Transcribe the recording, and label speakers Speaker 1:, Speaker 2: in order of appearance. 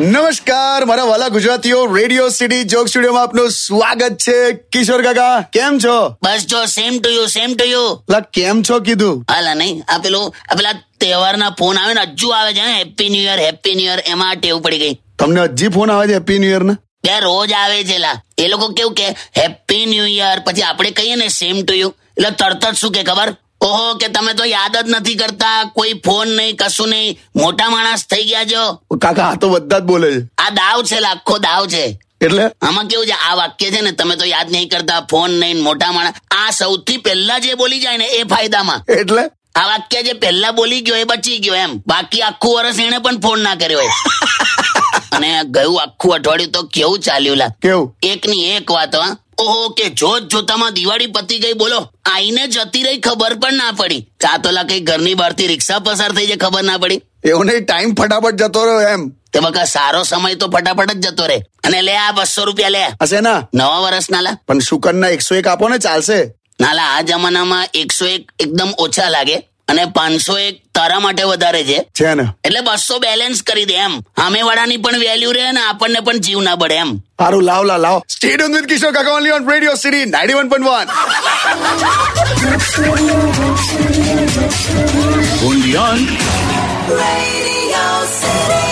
Speaker 1: નમસ્કાર મારા વાલા ગુજરાતીઓ રેડિયો સિટી જોક સ્ટુડિયોમાં આપનું સ્વાગત છે કિશોર કાકા કેમ છો
Speaker 2: બસ જો same to you same to you
Speaker 1: લા કેમ છો કીધું
Speaker 2: હાલા નહીં આ પેલું આ પેલા તહેવારના ફોન આવે ને હજુ આવે છે happy new year happy new year એમાં આ ટેવ પડી ગઈ
Speaker 1: તમને હજી ફોન આવે છે હેપી ન્યુ ઇયર ના
Speaker 2: બે રોજ આવે છે લા એ લોકો કેવું કે હેપી ન્યુ યર પછી આપણે કહીએ ને સેમ ટુ યુ એટલે તરત જ શું કે ખબર ઓહો કે તમે તો યાદ જ નથી કરતા કોઈ ફોન નહીં કશું નહીં મોટા માણસ થઈ ગયા છો
Speaker 1: કાકા આ તો બધા જ બોલે છે
Speaker 2: આ દાવ છે લા, આખો દાવ છે
Speaker 1: એટલે
Speaker 2: આમાં કેવું છે આ વાક્ય છે ને તમે તો યાદ નહીં કરતા ફોન નહીં મોટા માણસ આ સૌથી પહેલા જે બોલી જાય ને એ ફાયદામાં
Speaker 1: એટલે
Speaker 2: આ વાક્ય જે પહેલા બોલી ગયો એ બચી ગયો એમ બાકી આખું વર્ષ એને પણ ફોન ના કર્યો હોય અને ગયું આખું અઠવાડિયું તો કેવું ચાલ્યું લા
Speaker 1: કેવું
Speaker 2: એક ની એક વાત હા ઓહો કે જોત જોતામાં દિવાળી પતી ગઈ બોલો આઈને જતી રહી ખબર પણ ના પડી આ તો લા કઈ ઘરની બહારથી રિક્ષા પસાર થઈ જાય ખબર ના પડી
Speaker 1: એવું નહીં ટાઈમ ફટાફટ જતો રહ્યો એમ
Speaker 2: તે બકા સારો સમય તો ફટાફટ જ જતો રહે અને લે આ બસો રૂપિયા લે
Speaker 1: હશે ના
Speaker 2: નવા વર્ષના લા
Speaker 1: પણ સુકનના એકસો એક આપો ને ચાલશે
Speaker 2: નાલા આ જમાનામાં એકસો એક એકદમ ઓછા લાગે અને પાંચસો એક તારા માટે વધારે છે
Speaker 1: છે ને
Speaker 2: એટલે બસો બેલેન્સ કરી દે એમ સામે વાળાની પણ વેલ્યુ રહે ને આપણને પણ જીવ ના બળે એમ
Speaker 1: સારું લાવ લા લાવ સ્ટેડ ઓન વિથ કિશોર કાકા only on radio city ninety one point one
Speaker 3: Radio City.